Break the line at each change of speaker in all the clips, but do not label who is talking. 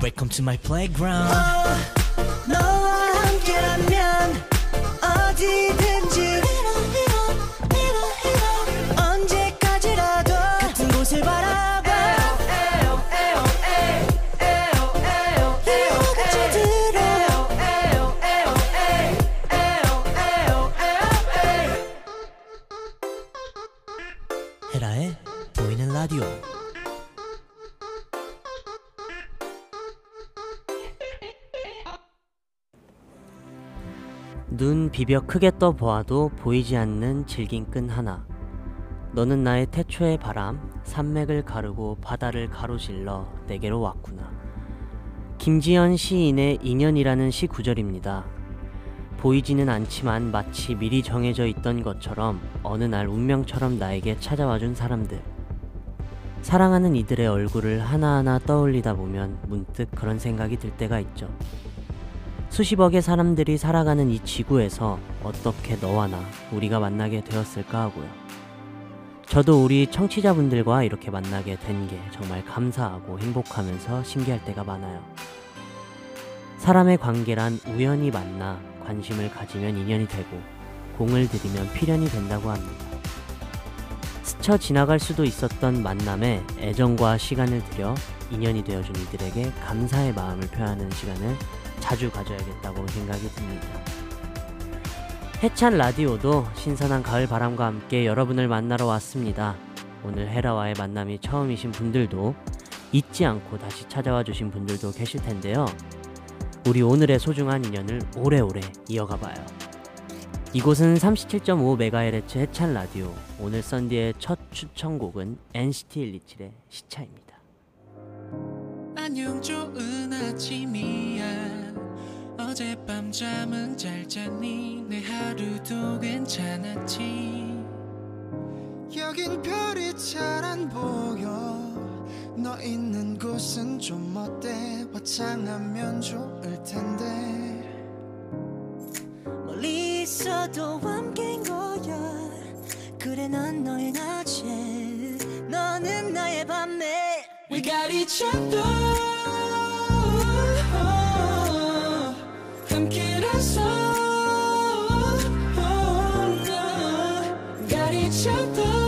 Welcome to my playground.
너와 함께라면 어디든지 언제까지라도 같은 곳을 바라봐 이와 같이 들어
헤라의 보이는 라디오.
눈 비벼 크게 떠 보아도 보이지 않는 질긴 끈 하나. 너는 나의 태초의 바람, 산맥을 가르고 바다를 가로질러 내게로 왔구나. 김지연 시인의 인연이라는 시 구절입니다. 보이지는 않지만 마치 미리 정해져 있던 것처럼 어느 날 운명처럼 나에게 찾아와준 사람들. 사랑하는 이들의 얼굴을 하나하나 떠올리다 보면 문득 그런 생각이 들 때가 있죠. 수십억의 사람들이 살아가는 이 지구에서 어떻게 너와 나, 우리가 만나게 되었을까 하고요. 저도 우리 청취자분들과 이렇게 만나게 된 게 정말 감사하고 행복하면서 신기할 때가 많아요. 사람의 관계란 우연히 만나 관심을 가지면 인연이 되고 공을 들이면 필연이 된다고 합니다. 스쳐 지나갈 수도 있었던 만남에 애정과 시간을 들여 인연이 되어준 이들에게 감사의 마음을 표하는 시간을 자주 가져야겠다고 생각이 듭니다. 해찬 라디오도 신선한 가을 바람과 함께 여러분을 만나러 왔습니다. 오늘 헤라와의 만남이 처음이신 분들도 잊지 않고 다시 찾아와 주신 분들도 계실 텐데요. 우리 오늘의 소중한 인연을 오래오래 이어가 봐요. 이곳은 37.5MHz 해찬 라디오. 오늘 썬디의 첫 추천곡은 NCT 127의 시차입니다.
안녕 좋은 아침이야 어젯밤 잠은 잘 잤니 내 하루도 괜찮았지 여긴 별이 잘 안 보여 너 있는 곳은 좀 어때 화창하면 좋을 텐데
멀리 있어도 함께인 거야 그래 난 너의 낮에 너는 나의 밤에
We got each other 함께라서 Got each other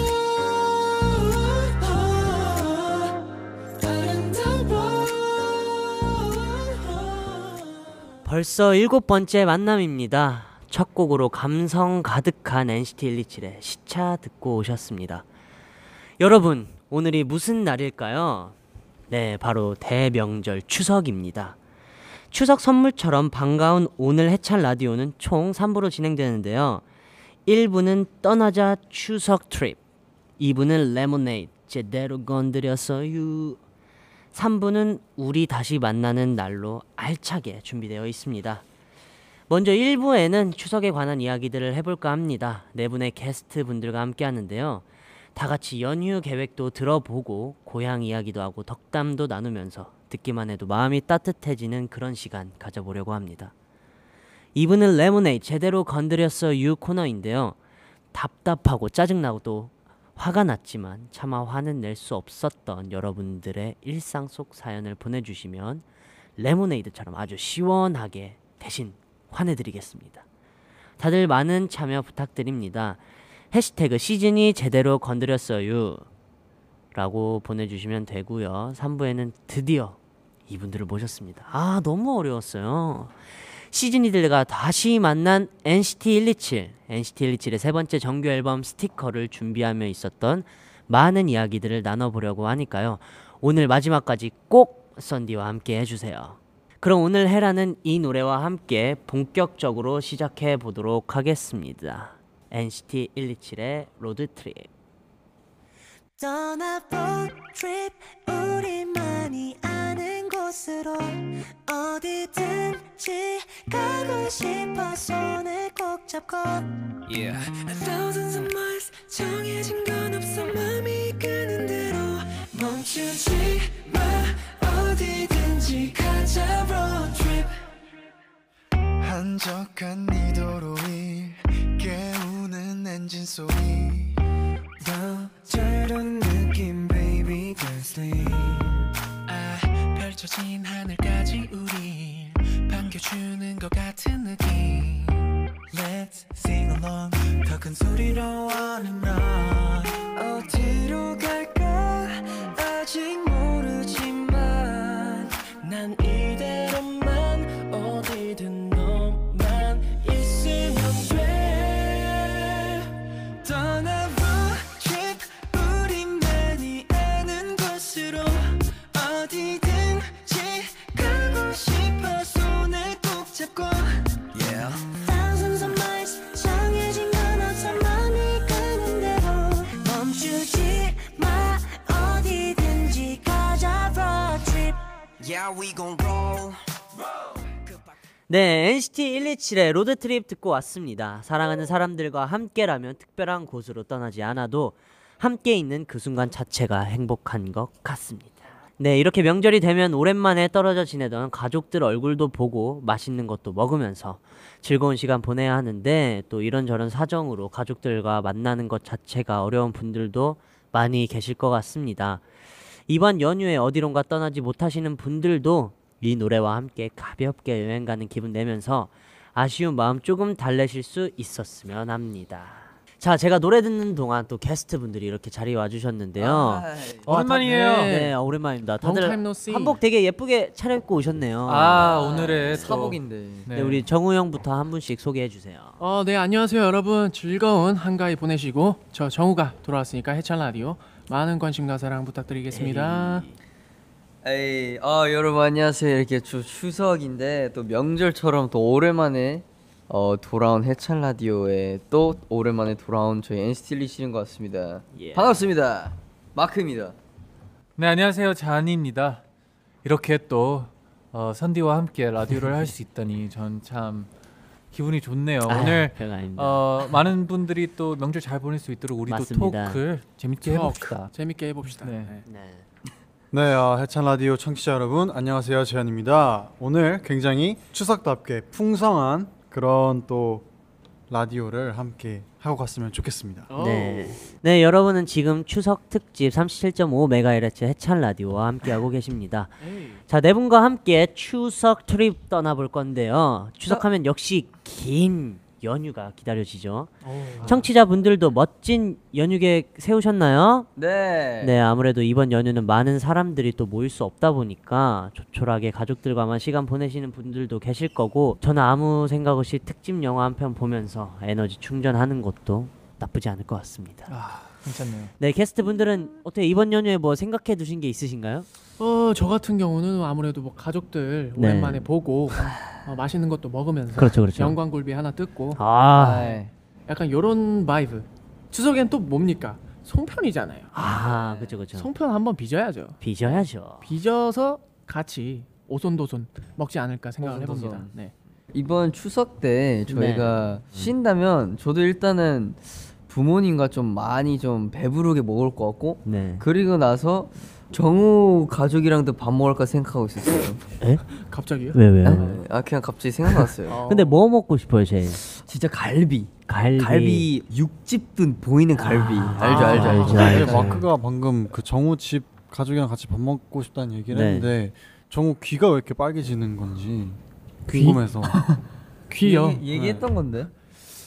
아름다워
벌써 일곱 번째 만남입니다. 첫 곡으로 감성 가득한 NCT 127의 시차 듣고 오셨습니다. 여러분, 오늘이 무슨 날일까요? 네, 바로 대명절 추석입니다. 추석 선물처럼 반가운 오늘 해찬 라디오는 총 3부로 진행되는데요. 1부는 떠나자 추석 트립, 2부는 레모네이드 제대로 건드렸어요. 3부는 우리 다시 만나는 날로 알차게 준비되어 있습니다. 먼저 1부에는 추석에 관한 이야기들을 해볼까 합니다. 네 분의 게스트 분들과 함께 하는데요. 다 같이 연휴 계획도 들어보고 고향 이야기도 하고 덕담도 나누면서 듣기만 해도 마음이 따뜻해지는 그런 시간 가져보려고 합니다. 2부는 레모네이 제대로 건드렸어 유 코너인데요. 답답하고 짜증나고 또 화가 났지만 차마 화는 낼 수 없었던 여러분들의 일상 속 사연을 보내주시면 레모네이드처럼 아주 시원하게 대신 화내드리겠습니다. 다들 많은 참여 부탁드립니다. 해시태그 시즌이 제대로 건드렸어요. 라고 보내주시면 되고요. 3부에는 드디어 이분들을 모셨습니다. 아, 너무 어려웠어요. 시즌이들과 다시 만난 NCT 127, NCT 127의 세 번째 정규 앨범 스티커를 준비하며 있었던 많은 이야기들을 나눠보려고 하니까요. 오늘 마지막까지 꼭 썬디와 함께 해주세요. 그럼 오늘 헤라는 이 노래와 함께 본격적으로 시작해 보도록 하겠습니다. NCT 127의 로드트립.
떠나볼 trip 우리만이 아는 곳으로 어디든지 가고 싶어 손을 꼭 잡고
음.
Thousands of miles 정해진 건 없어 맘이 이끄는 대로 멈추지 마 어디든지 가자 road trip 한적한 이 도로위 깨우는 엔진 소리 너처럼 느낌 baby can't sleep 아 펼쳐진 하늘까지 Sing along 더 큰 소리로 하는 나 어디로 갈까 아직 모르지만 난 이대로만 어디든 너만 있으면 돼 떠나봐 trip 우리만이 아는 곳으로 어디든지 가고 싶어 손을 꼭 잡고 yeah.
Thousands of miles 정해진 건 없어 맘이 가는 대로 멈추지 마 어디든지 가자 road trip
Yeah, we gon' roll.
네, NCT 127의 로드트립 듣고 왔습니다. 사랑하는 사람들과 함께라면 특별한 곳으로 떠나지 않아도 함께 있는 그 순간 자체가 행복한 것 같습니다. 네, 이렇게 명절이 되면 오랜만에 떨어져 지내던 가족들 얼굴도 보고 맛있는 것도 먹으면서 즐거운 시간 보내야 하는데 또 이런저런 사정으로 가족들과 만나는 것 자체가 어려운 분들도 많이 계실 것 같습니다. 이번 연휴에 어디론가 떠나지 못하시는 분들도 이 노래와 함께 가볍게 여행 가는 기분 내면서 아쉬운 마음 조금 달래실 수 있었으면 합니다. 자, 제가 노래 듣는 동안 또 게스트 분들이 이렇게 자리에 와주셨는데요.
아, 네.
어,
아, 오랜만이에요.
다- 네, 네, 오랜만입니다.
Long
다들
time no see.
한복 되게 예쁘게 차려입고 오셨네요.
아, 오늘의 또-
사복인데.
네.
네, 우리 정우 형부터 한 분씩 소개해 주세요.
어, 네 안녕하세요 여러분 즐거운 한가위 보내시고 저 정우가 돌아왔으니까 해찬 라디오 많은 관심과 사랑 부탁드리겠습니다.
에이, 아 여러분 안녕하세요. 이렇게 추, 추석인데 또 명절처럼 또 오랜만에 어, 돌아온 해찬 라디오에 또 오랜만에 돌아온 저희 NCT 리시는 것 같습니다.
예.
반갑습니다. 마크입니다.
네 안녕하세요 잔입니다. 이렇게 또 어, 선디와 함께 라디오를 할 수 있다니 전 참 기분이 좋네요. 오늘
아, 별거 아닙니다.
어, 많은 분들이 또 명절 잘 보낼 수 있도록 우리도
맞습니다.
토크를 재밌게 해봅시다.
재밌게 해봅시다.
네.
네.
네, 어, 해찬 라디오 청취자 여러분, 안녕하세요. 재현입니다. 오늘 굉장히 추석답게 풍성한 그런 또 라디오를 함께 하고 갔으면 좋겠습니다.
네. 네, 여러분은 지금 추석 특집 37.5MHz 해찬 라디오와 함께하고 계십니다. 자, 네 분과 함께 추석 트립 떠나볼 건데요. 추석하면 역시 긴 연휴가 기다려지죠. 청취자분들도 멋진 연휴 계획 세우셨나요?
네.
네, 아무래도 이번 연휴는 많은 사람들이 또 모일 수 없다 보니까 조촐하게 가족들과만 시간 보내시는 분들도 계실 거고 저는 아무 생각 없이 특집 영화 한 편 보면서 에너지 충전하는 것도 나쁘지 않을 것 같습니다.
아, 괜찮네요.
네, 게스트 분들은 어떻게 이번 연휴에 뭐 생각해 두신 게 있으신가요?
어, 저 같은 경우는 아무래도 뭐 가족들
네.
오랜만에 보고 어, 맛있는 것도 먹으면서
그렇죠, 그렇죠.
영광굴비 하나 뜯고 네.
아,
아이,
약간 요런 바이브. 추석엔 또 뭡니까? 송편이잖아요.
아,
네.
그죠, 그죠.
송편 한번 빚어야죠.
빚어야죠.
빚어서 같이 오손도손 먹지 않을까 생각을
오손도손.
해봅니다. 네.
이번 추석 때 저희가
네.
쉰다면 저도 일단은 부모님과 좀 많이 좀 배부르게 먹을 것 같고
네.
그리고 나서 정우 가족이랑도 밥 먹을까 생각하고 있었어요.
갑자기요?
왜 왜요?
아 그냥 갑자기 생각났어요.
근데 뭐 먹고 싶어요, 제일?
진짜 갈비.
갈비.
갈비 육즙든 보이는 갈비. 알죠, 알죠, 알죠.
아,
근데
네.
마크가 방금 그 정우 집 가족이랑 같이 밥 먹고 싶다는 얘기를
네.
했는데 정우 귀가 왜 이렇게 빨개지는 건지 궁금해서
귀요. 네.
얘기했던 건데.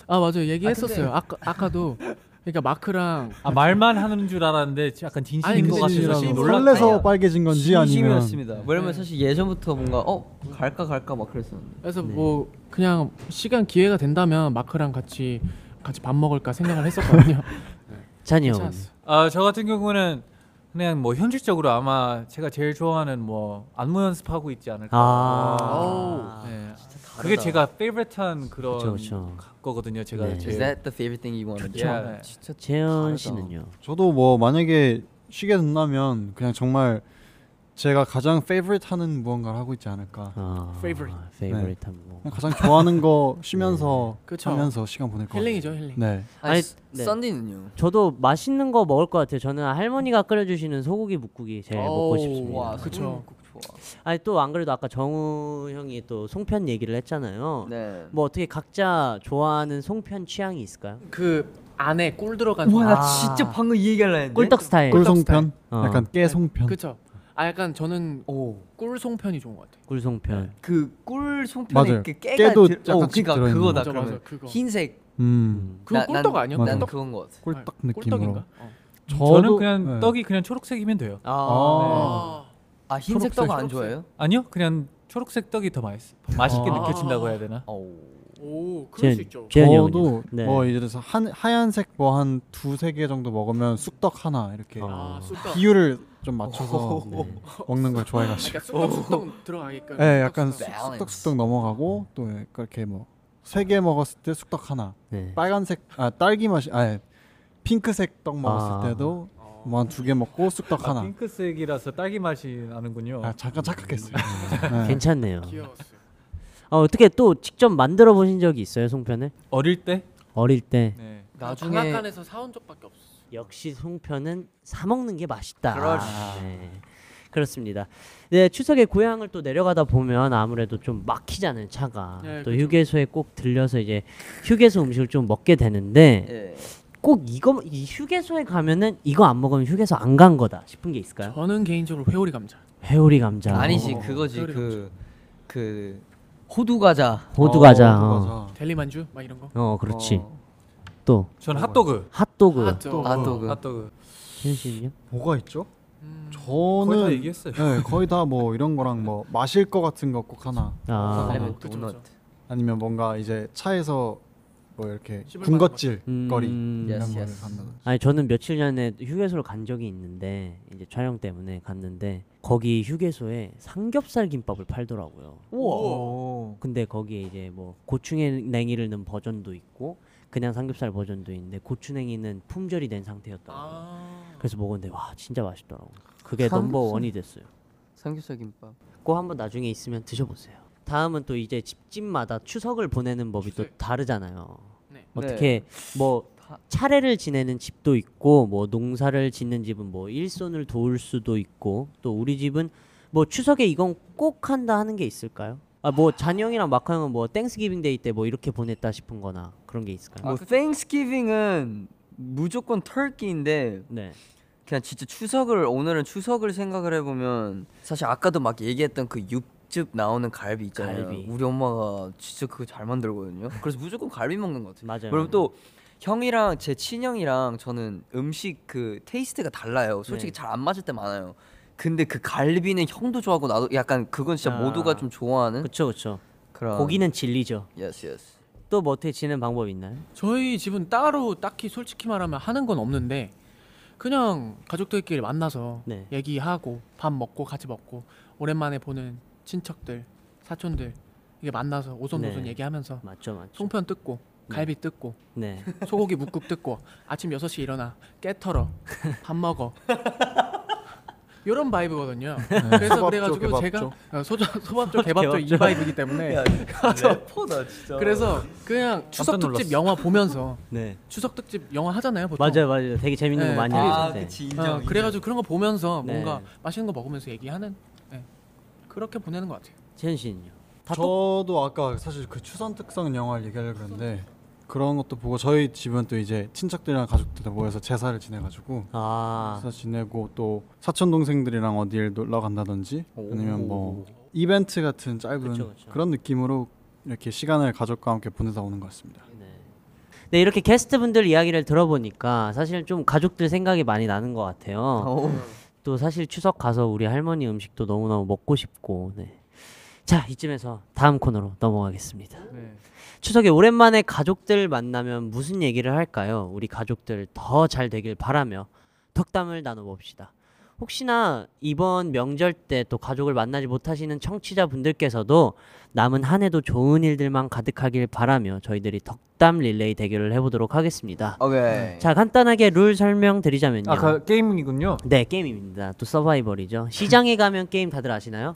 아 맞아요. 얘기했었어요. 아까 아까도 그러니까 마크랑
아 말만 하는 줄 알았는데 약간
아니,
진심인
근데
것 같아서
진심이라고.
놀랐.
설레서 빨개진 건지 아니면
진심이었습니다. 왜냐면 사실 예전부터 뭔가 어 갈까 갈까 막 그랬었는데.
그래서
네.
뭐 그냥 시간 기회가 된다면 마크랑 같이 같이 밥 먹을까 생각을 했었거든요.
찬이 형.
괜찮았어요.
아저 같은 경우는 그냥 뭐 현실적으로 아마 제가 제일 좋아하는 뭐 안무 연습하고 있지 않을까.
아.
네. 그게 제가 페이버릿한 그런
그쵸, 그쵸.
거거든요. 제가
네.
Is
제일
that the favorite thing you wanted?
예.
진짜 재현 씨는요?
저도 뭐 만약에 쉬게 된다면 그냥 정말 제가 가장 favorite 하는 무언가를 하고 있지 않을까. 네.
아,
Favorite.
favorite 한 거. 네.
그냥 가장 좋아하는 거 쉬면서
그쵸.
하면서 시간 보낼 거.
힐링이죠, 힐링.
네.
아니,
아니,
스-
네.
썬디는요?
저도 맛있는 거 먹을 것 같아요. 저는 할머니가 끓여주시는 소고기 묵국이 제일 네, 먹고
어우,
싶습니다.
와,
그쵸.
소금국 좋아.
아니 또 안 그래도 아까 정우 형이 또 송편 얘기를 했잖아요.
네.
뭐 어떻게 각자 좋아하는 송편 취향이 있을까요?
그 안에 꿀 들어간 아.
와,
거.
나 진짜 방금 이 얘기하려 했는데.
꿀떡 스타일.
꿀송편?
어.
약간
네.
깨송편.
그쵸. 아 약간 저는 꿀송편이 좋은 것 같아요.
꿀송편.
그꿀 송편에
맞아요.
그 깨가
깨도
들...
약간
어,
씩
그러니까
들어있는
그거다
거. 맞아,
그러면
맞아, 그거.
흰색
음,
그거
나- 난-
꿀떡 아니야?
맞아.
난
꿀떡?
음.
그건 것 네. 같아.
꿀떡
아니,
느낌으로.
꿀떡인가? 어.
저는 그냥
네.
떡이 그냥 초록색이면 돼요.
아.
아 흰색
초록색,
떡 안
초록색.
좋아해요?
아니요, 그냥 초록색 떡이 더 맛있 맛있게
아.
느껴진다고 해야 되나?
어우.
오, 그럴
제-
수 있죠.
재현이
저도
형은요? 네.
뭐 예를 들어서 한 하얀색 뭐 한 두세 개 정도 먹으면 쑥떡 하나 이렇게
아, 쑥떡.
비율을 좀
어,
맞춰서
네.
먹는 걸 좋아해가지고.
그러니까 쑥떡 쑥떡 들어가게끔.
예, 약간
쑥떡,
쑥떡.
쑥떡 쑥떡 넘어가고 또 그렇게 뭐 세 개 먹었을 때 쑥떡 하나,
네.
빨간색 아 딸기 맛이 아 핑크색 떡 먹었을
아.
때도 뭐 한 두 개 먹고 쑥떡 하나.
아, 핑크색이라서 딸기 맛이 나는군요. 음.
아 잠깐 착각했어요. 네.
괜찮네요.
쑥떡. 귀여웠어요.
아, 어떻게 또 직접 만들어 보신 적이 있어요, 송편을?
어릴 때?
어릴 때
네.
나중에
방앗간에서 사온 적밖에 없어.
역시 송편은 사 먹는 게 맛있다.
그렇지.
네. 그렇습니다. 네, 추석에 고향을 또 내려가다 보면 아무래도 좀 막히잖아요, 차가.
네,
또
그죠.
휴게소에 꼭 들려서 이제 휴게소 음식을 좀 먹게 되는데
예.
꼭 이거 이 휴게소에 가면은 이거 안 먹으면 휴게소 안 간 거다 싶은 게 있을까요?
저는 개인적으로 회오리 감자.
회오리 감자.
아니지
어,
그거지
뼈를
그 그 호두 과자.
호두 과자.
어,
어,
호두 과자.
델리만주 막 이런 거.
어, 그렇지.
어.
또
전 핫도그.
핫도그.
아, 저-
핫도그.
핫도그.
현씨님
뭐가 있죠?
음.
저는
거의 다 얘기했어요.
네, 거의 다 뭐 이런 거랑 뭐 마실 거 같은 거 꼭 하나.
아.
아니면
그쵸,
도넛.
아니면 뭔가 이제 차에서 뭐 이렇게
씹을 만한
군것질
음.
거리
예.
이런
Yes,
거를
yes.
한다든지.
아니 저는 며칠 전에 휴게소를 간 적이 있는데 이제 촬영 때문에 갔는데 거기 휴게소에 삼겹살 김밥을 팔더라고요.
우와.
근데 거기에 이제 뭐 고추냉이를 넣은 버전도 있고 그냥 삼겹살 버전도 있는데 고추냉이는 품절이 된 상태였더라고요.
아.
그래서 먹었는데 와 진짜 맛있더라고. 그게
삼겹살.
넘버 원이 됐어요.
삼겹살 김밥.
꼭 한번 나중에 있으면 드셔보세요. 다음은 또 이제 집집마다 추석을 보내는 법이 또
추석.
다르잖아요.
네.
어떻게 뭐
다-
차례를 지내는 집도 있고 뭐 농사를 짓는 집은 뭐 일손을 도울 수도 있고 또 우리 집은 뭐 추석에 이건 꼭 한다 하는 게 있을까요? 아 뭐 잔영이랑 마카 형은 뭐 땡스기빙 데이 때 뭐 이렇게 보냈다 싶은거나 아, 그런 게
아,
있을까요?
뭐 Thanksgiving은 무조건 터키인데
네.
그냥 진짜 추석을 오늘은 추석을 생각을 해보면 사실 아까도 막 얘기했던 그 육즙 나오는 갈비 있잖아요.
갈비.
우리 엄마가 진짜 그거 잘 만들거든요. 그래서 무조건 갈비 먹는 것 같아요.
맞아요.
그럼 또 형이랑 제 친형이랑 저는 음식 그 테이스트가 달라요. 솔직히
네.
잘 안 맞을 때 많아요. 근데 그 갈비는 형도 좋아하고 나도 약간 그건 진짜
아.
모두가 좀 좋아하는
그쵸 그쵸.
그런
고기는 진리죠.
yes yes
또 뭐 어떻게 지낸 방법 이 있나요?
저희 집은 따로 딱히 솔직히 말하면 하는 건 없는데 그냥 가족들끼리 만나서
네.
얘기하고 밥 먹고 같이 먹고 오랜만에 보는 친척들 사촌들 이게 만나서 오손도손
네.
얘기하면서
맞죠 맞죠.
송편 뜯고 갈비 뜯고
네.
소고기 묵국 뜯고 아침 6시 일어나 깨 털어 밥 먹어 이런 바이브거든요. 그래서
네.
소밥조,
그래가지고
개밥조.
제가 어, 소저, 소밥조 개밥조 이
개밥조.
바이브이기 때문에
포다 진짜
그래서 그냥 추석 특집 영화 보면서
네.
추석 특집 영화 하잖아요 보통.
맞아요 맞아요. 되게 재밌는
네,
거 많이
되게
하죠.
아
네.
그치 인정
어, 그래가지고 그런 거 보면서
네.
뭔가 맛있는 거 먹으면서 얘기하는 네. 그렇게 보내는 것 같아요.
재현 씨는요? 다 똑-
저도 아까 사실 그 추선 특성 영화를 얘기하려고 했는데 그런 것도 보고 저희 집은 또 이제 친척들이랑 가족들 모여서 제사를 지내가지고
아.
제사 지내고 또 사촌 동생들이랑 어디를 놀러 간다든지 아니면 뭐 이벤트 같은 짧은
그쵸, 그쵸.
그런 느낌으로 이렇게 시간을 가족과 함께 보내다 오는 것 같습니다.
네, 이렇게 게스트분들 이야기를 들어보니까 사실 좀 가족들 생각이 많이 나는 것 같아요.
오.
또 사실 추석 가서 우리 할머니 음식도 너무너무 먹고 싶고, 네. 자, 이쯤에서 다음 코너로 넘어가겠습니다.
네.
추석에 오랜만에 가족들 만나면 무슨 얘기를 할까요? 우리 가족들 더 잘 되길 바라며 덕담을 나눠봅시다. 혹시나 이번 명절 때 또 가족을 만나지 못하시는 청취자분들께서도 남은 한 해도 좋은 일들만 가득하길 바라며 저희들이 덕담 릴레이 대결을 해보도록 하겠습니다.
오케이
자, 간단하게 룰 설명드리자면요.
아까 게임이군요.
네, 게임입니다. 또 서바이벌이죠. 시장에 가면 게임 다들 아시나요?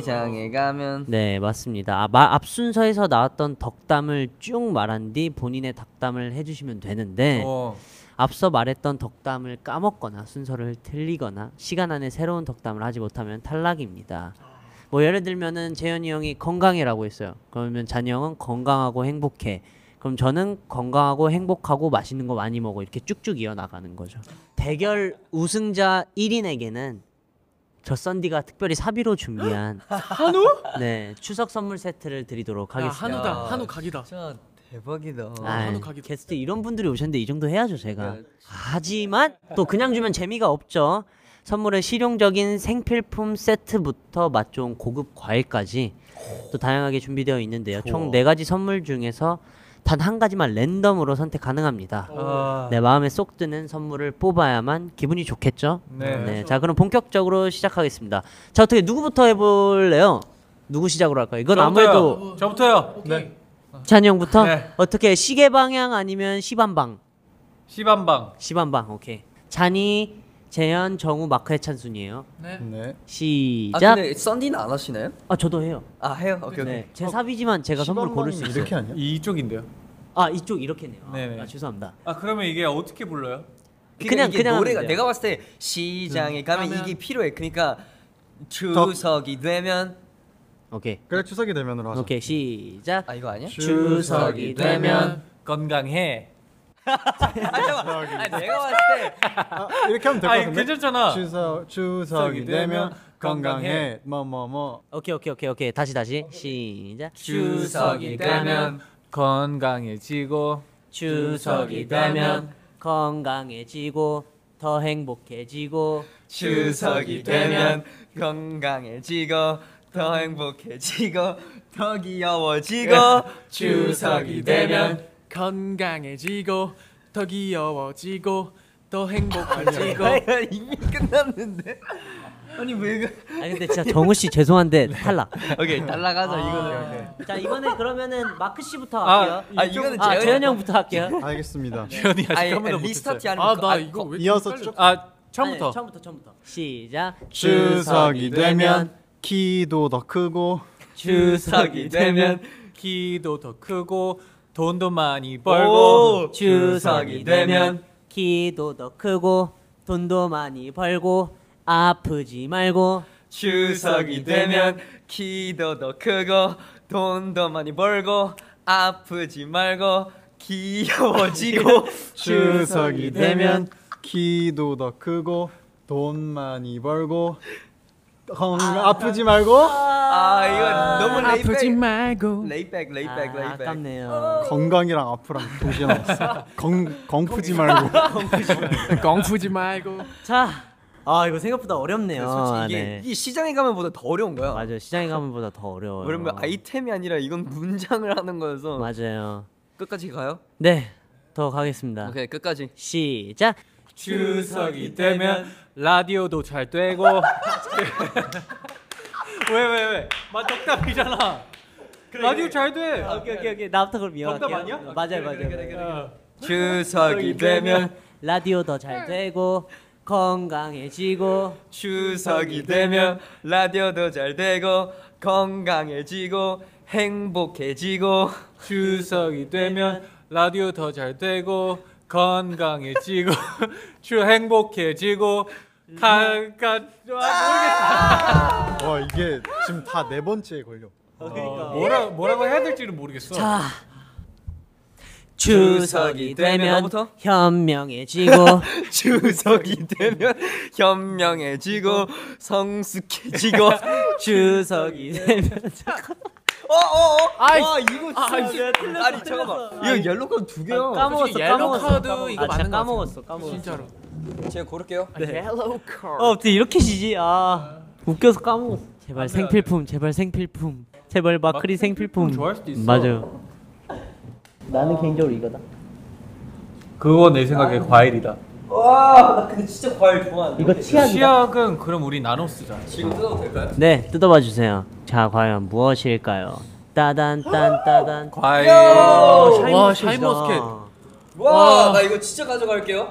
시장에 가면
네, 맞습니다. 아, 마, 앞 순서에서 나왔던 덕담을 쭉 말한 뒤 본인의 덕담을 해주시면 되는데
어.
앞서 말했던 덕담을 까먹거나 순서를 틀리거나 시간 안에 새로운 덕담을 하지 못하면 탈락입니다. 뭐 예를 들면은 재현이 형이 건강해라고 했어요. 그러면 잔이 형은 건강하고 행복해. 그럼 저는 건강하고 행복하고 맛있는 거 많이 먹어 이렇게 쭉쭉 이어나가는 거죠. 대결 우승자 1인에게는 저 썬디가 특별히 사비로 준비한 한우? 네 추석 선물 세트를 드리도록
야,
하겠습니다.
한우다 한우 각이다.
진짜 대박이다.
아,
한옥하기도
게스트 이런 분들이 오셨는데 이 정도 해야죠 제가. 하지만 또 그냥 주면 재미가 없죠. 선물에 실용적인 생필품 세트부터 맛 좋은 고급 과일까지 또 다양하게 준비되어 있는데요. 총 네 가지 선물 중에서 단 한 가지만 랜덤으로 선택 가능합니다. 내 마음에 쏙 드는 선물을 뽑아야만 기분이 좋겠죠.
네.
자 그럼 본격적으로 시작하겠습니다. 자 어떻게 누구부터 해볼래요? 누구 시작으로 할까요? 이건 아무래도
저부터요. 네.
찬이 형부터
네.
어떻게 시계 방향 아니면 시반방
시반방.
시반방 오케이 찬이 재현 정우 마크 해찬 순이에요
네.
아
시작 아,
근데 썬디는 안 하시나요?
저도 해요
아 해요. 오케이 오케이.
네, 제 삽이지만 제가 선물
시범방이
고를 수 있어요
이렇게 아니야?
이쪽인데요.
아 이쪽 이렇게네요 아,
네네.
아, 죄송합니다
아 그러면 이게 어떻게 불러요?
그냥-
이게
그냥 하면
노래가
돼요.
내가 봤을 때 시장에 가면
가면-
이게 필요해. 그러니까 추석이 되면
오케이
그래 추석이 되면으로 하자.
오케이 시작
아 이거 아니야?
추석이 되면
건강해.
아 잠깐. 아 내가 봤을 때
아, 이렇게 하면
아 이거
될것 같은데.
괜찮잖아.
추석 추석이 되면 건강해. 뭐뭐뭐
오케이 오케이 오케이 오케이 다시 다시 시작
추석이 되면
건강해지고
추석이 되면 건강해지고 더 행복해지고
추석이 되면 건강해지고 더 행복해지고 더 귀여워지고
예.
추석이 되면
건강해지고 더 귀여워지고 더 행복해지고
이거 이미 끝났는데 아니 왜 그?
아니 근데 진짜 정우 씨 죄송한데 탈락 아, 네.
오케이 날라가자 이거는
자 이번에 그러면은 마크 씨부터
아,
할게요.
아 이거는
아, 재현
재현이
형부터 할게요.
알겠습니다.
재현이 아직
아니
한 번도 못했어요.
리스타트 아니면
아
그거-
나 이거 왜 이렇게
이어서
헷갈려?
쭉
아 처음부터.
아니, 처음부터 처음부터. 시작.
추석이 되면 키도 더 크고
추석이 되면
키도 더 크고 돈도 많이
벌고
벌고
추석이 되면
키도 더 크고 돈도 많이 벌고 아프지 말고
추석이 되면 키도 더 크고 돈도 많이 벌고 아프지 말고 귀여워지고
추석이 되면 키도 더 크고 돈 많이 벌고 건강 아프지 말고
아 이거 너무
아프지
레이백
말고
레이백 레이백 어,
아,
레이백
아깝네요.
건강이랑 아프랑 동시에 나왔어. 건 건프지 말고.
껑푸지 말고
자, 아 이거 생각보다 어렵네요.
솔직히 이게,
네.
이게 시장에 가면 보다 더 어려운 거야
맞아요. 시장에 가면보다 더 어려워요.
왜냐면 아이템이 아니라 이건 문장을 하는 거여서
맞아요.
끝까지 가요?
네, 더 가겠습니다.
오케이 끝까지
시작.
추석이 되면 라디오도 잘 되고 왜 왜 왜? 맞 정답이잖아. 라디오 잘 돼.
아, 오케이 오케이 오케이 나부터 그럼 이어갈게요.
아니야?
맞아요 맞아요.
추석이 되면
라디오 더 잘 되고 건강해지고
추석이 되면 라디오도 잘 되고 건강해지고 행복해지고
추석이 되면 라디오 더 잘 되고 건강해지고 추 행복해지고 다가
와 이게 지금 다 네 번째에 걸려.
아,
아,
그러니까.
뭐라 뭐라고 해야 될지는 모르겠어.
자 추석이 되면
나부터?
현명해지고
추석이 되면 현명해지고 성숙해지고
추석이 되면
어어어
아이,
와 이거 진짜
아이,
틀렸어, 아니 잠깐만 이거 옐로 카드 두 개야
아, 까먹었어
솔직히 옐로우
까먹었어
카드
까먹었어.
이거
아, 진짜
맞는 것
까먹었어 까먹었어 아,
진짜로
제가 고를게요
옐로우 컬
어 어떻게 이렇게 지지 아 웃겨서 까먹었어
아,
제발 생필품 제발 생필품 제발 마크리 생필품
좋아할 수도 있어.
맞아요 나는 개인적으로 이거다
그거 내 생각에 과일이다.
와나 근데 진짜 과일 좋아하는데
이거 치약이다
치약은 그럼 우리 나눠 쓰자.
지금 뜯어도 될까요?
네, 뜯어봐 주세요. 자, 과연 무엇일까요? 따단 딴 따단.
과일.
와, 샤인 머스켓.
와나 이거 진짜 가져갈게요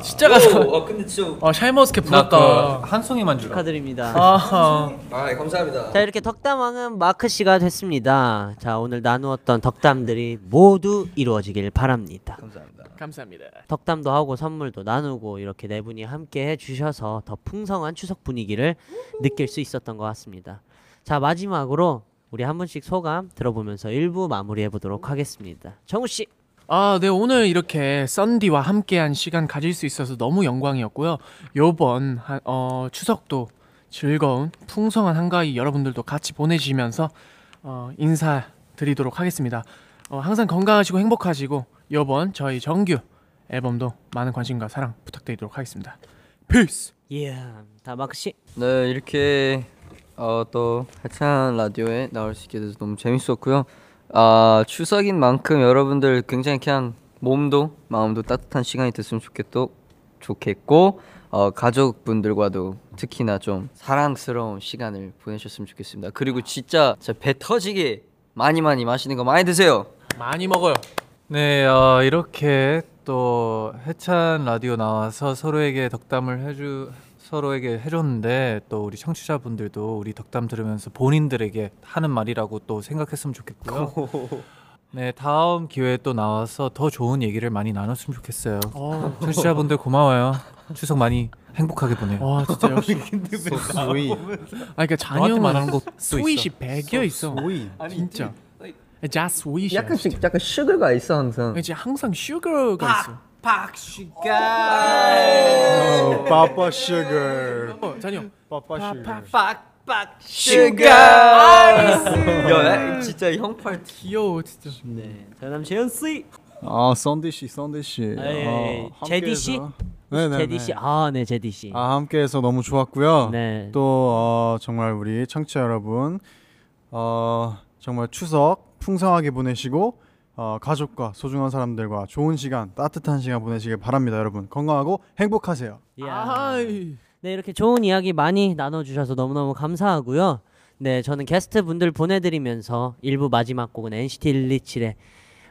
진짜 가서
오, 아 근데 진짜
아 샤인머스켓 부럽다
나그한 송이만 주라.
축하드립니다.
아하
아 감사합니다
자, 이렇게 덕담왕은 마크 씨가 됐습니다. 자, 오늘 나누었던 덕담들이 모두 이루어지길 바랍니다.
그 감사합니다
덕담도 하고 선물도 나누고 이렇게 네 분이 함께 해주셔서 더 풍성한 추석 분위기를 느낄 수 있었던 것 같습니다. 자, 마지막으로 우리 한 분씩 소감 들어보면서 일부 마무리해 보도록 하겠습니다. 정우 씨.
아, 네, 오늘 이렇게 썬디와 함께한 시간 가질 수 있어서 너무 영광이었고요. 요번 한- 어, 추석도 즐거운 풍성한 한가위 여러분들도 같이 보내시면서 어, 인사드리도록 하겠습니다. 어, 항상 건강하시고 행복하시고 이번 저희 정규 앨범도 많은 관심과 사랑 부탁드리도록 하겠습니다. Peace.
예, 다박씨.
네 이렇게 어, 또 해찬 라디오에 나올 수 있게 돼서 너무 재밌었고요. 아 추석인 만큼 여러분들 굉장히 그냥 몸도 마음도 따뜻한 시간이 됐으면 좋겠고 좋겠고 어, 가족분들과도 특히나 좀 사랑스러운 시간을 보내셨으면 좋겠습니다. 그리고 진짜 진짜 배 터지게 많이 많이 맛있는 거 많이 드세요.
많이 먹어요.
네, 어, 이렇게 또 해찬 라디오 나와서 서로에게 덕담을 해주 서로에게 해줬는데 또 우리 청취자분들도 우리 덕담 들으면서 본인들에게 하는 말이라고 또 생각했으면 좋겠고요. 네, 다음 기회에 또 나와서 더 좋은 얘기를 많이 나눴으면 좋겠어요. 청취자분들 고마워요. 추석 많이 행복하게 보내요.
와
어,
진짜 역시.
소이
아 그러니까
너한테 말하는
잔여만
것도 있어.
스윗이 배겨 있어.
소이
진짜. 자 스윗이야.
약간씩 약간 슈거가 있어 항상.
이제 항상
아!
슈거가 있어.
어,
바빠 슈거
어, 잔여.
바빠 슈거
슈가. 야 진짜 형팔
귀여워 진짜.
저남 재현 씨,
아 썬디 씨 썬디
네.
씨 아.
에이,
어,
제디 씨?
네네
아, 예, 제디 씨, 아, 네 제디 씨.
아 함께해서 너무 좋았고요
네.
또 어, 정말 우리 청취자 여러분 어, 정말 추석 풍성하게 보내시고 어, 가족과 소중한 사람들과 좋은 시간 따뜻한 시간 보내시길 바랍니다 여러분 건강하고 행복하세요
야.
아이.
네, 이렇게 좋은 이야기 많이 나눠주셔서 너무너무 감사하고요. 네, 저는 게스트 분들 보내드리면서 일부 마지막 곡은 NCT 127의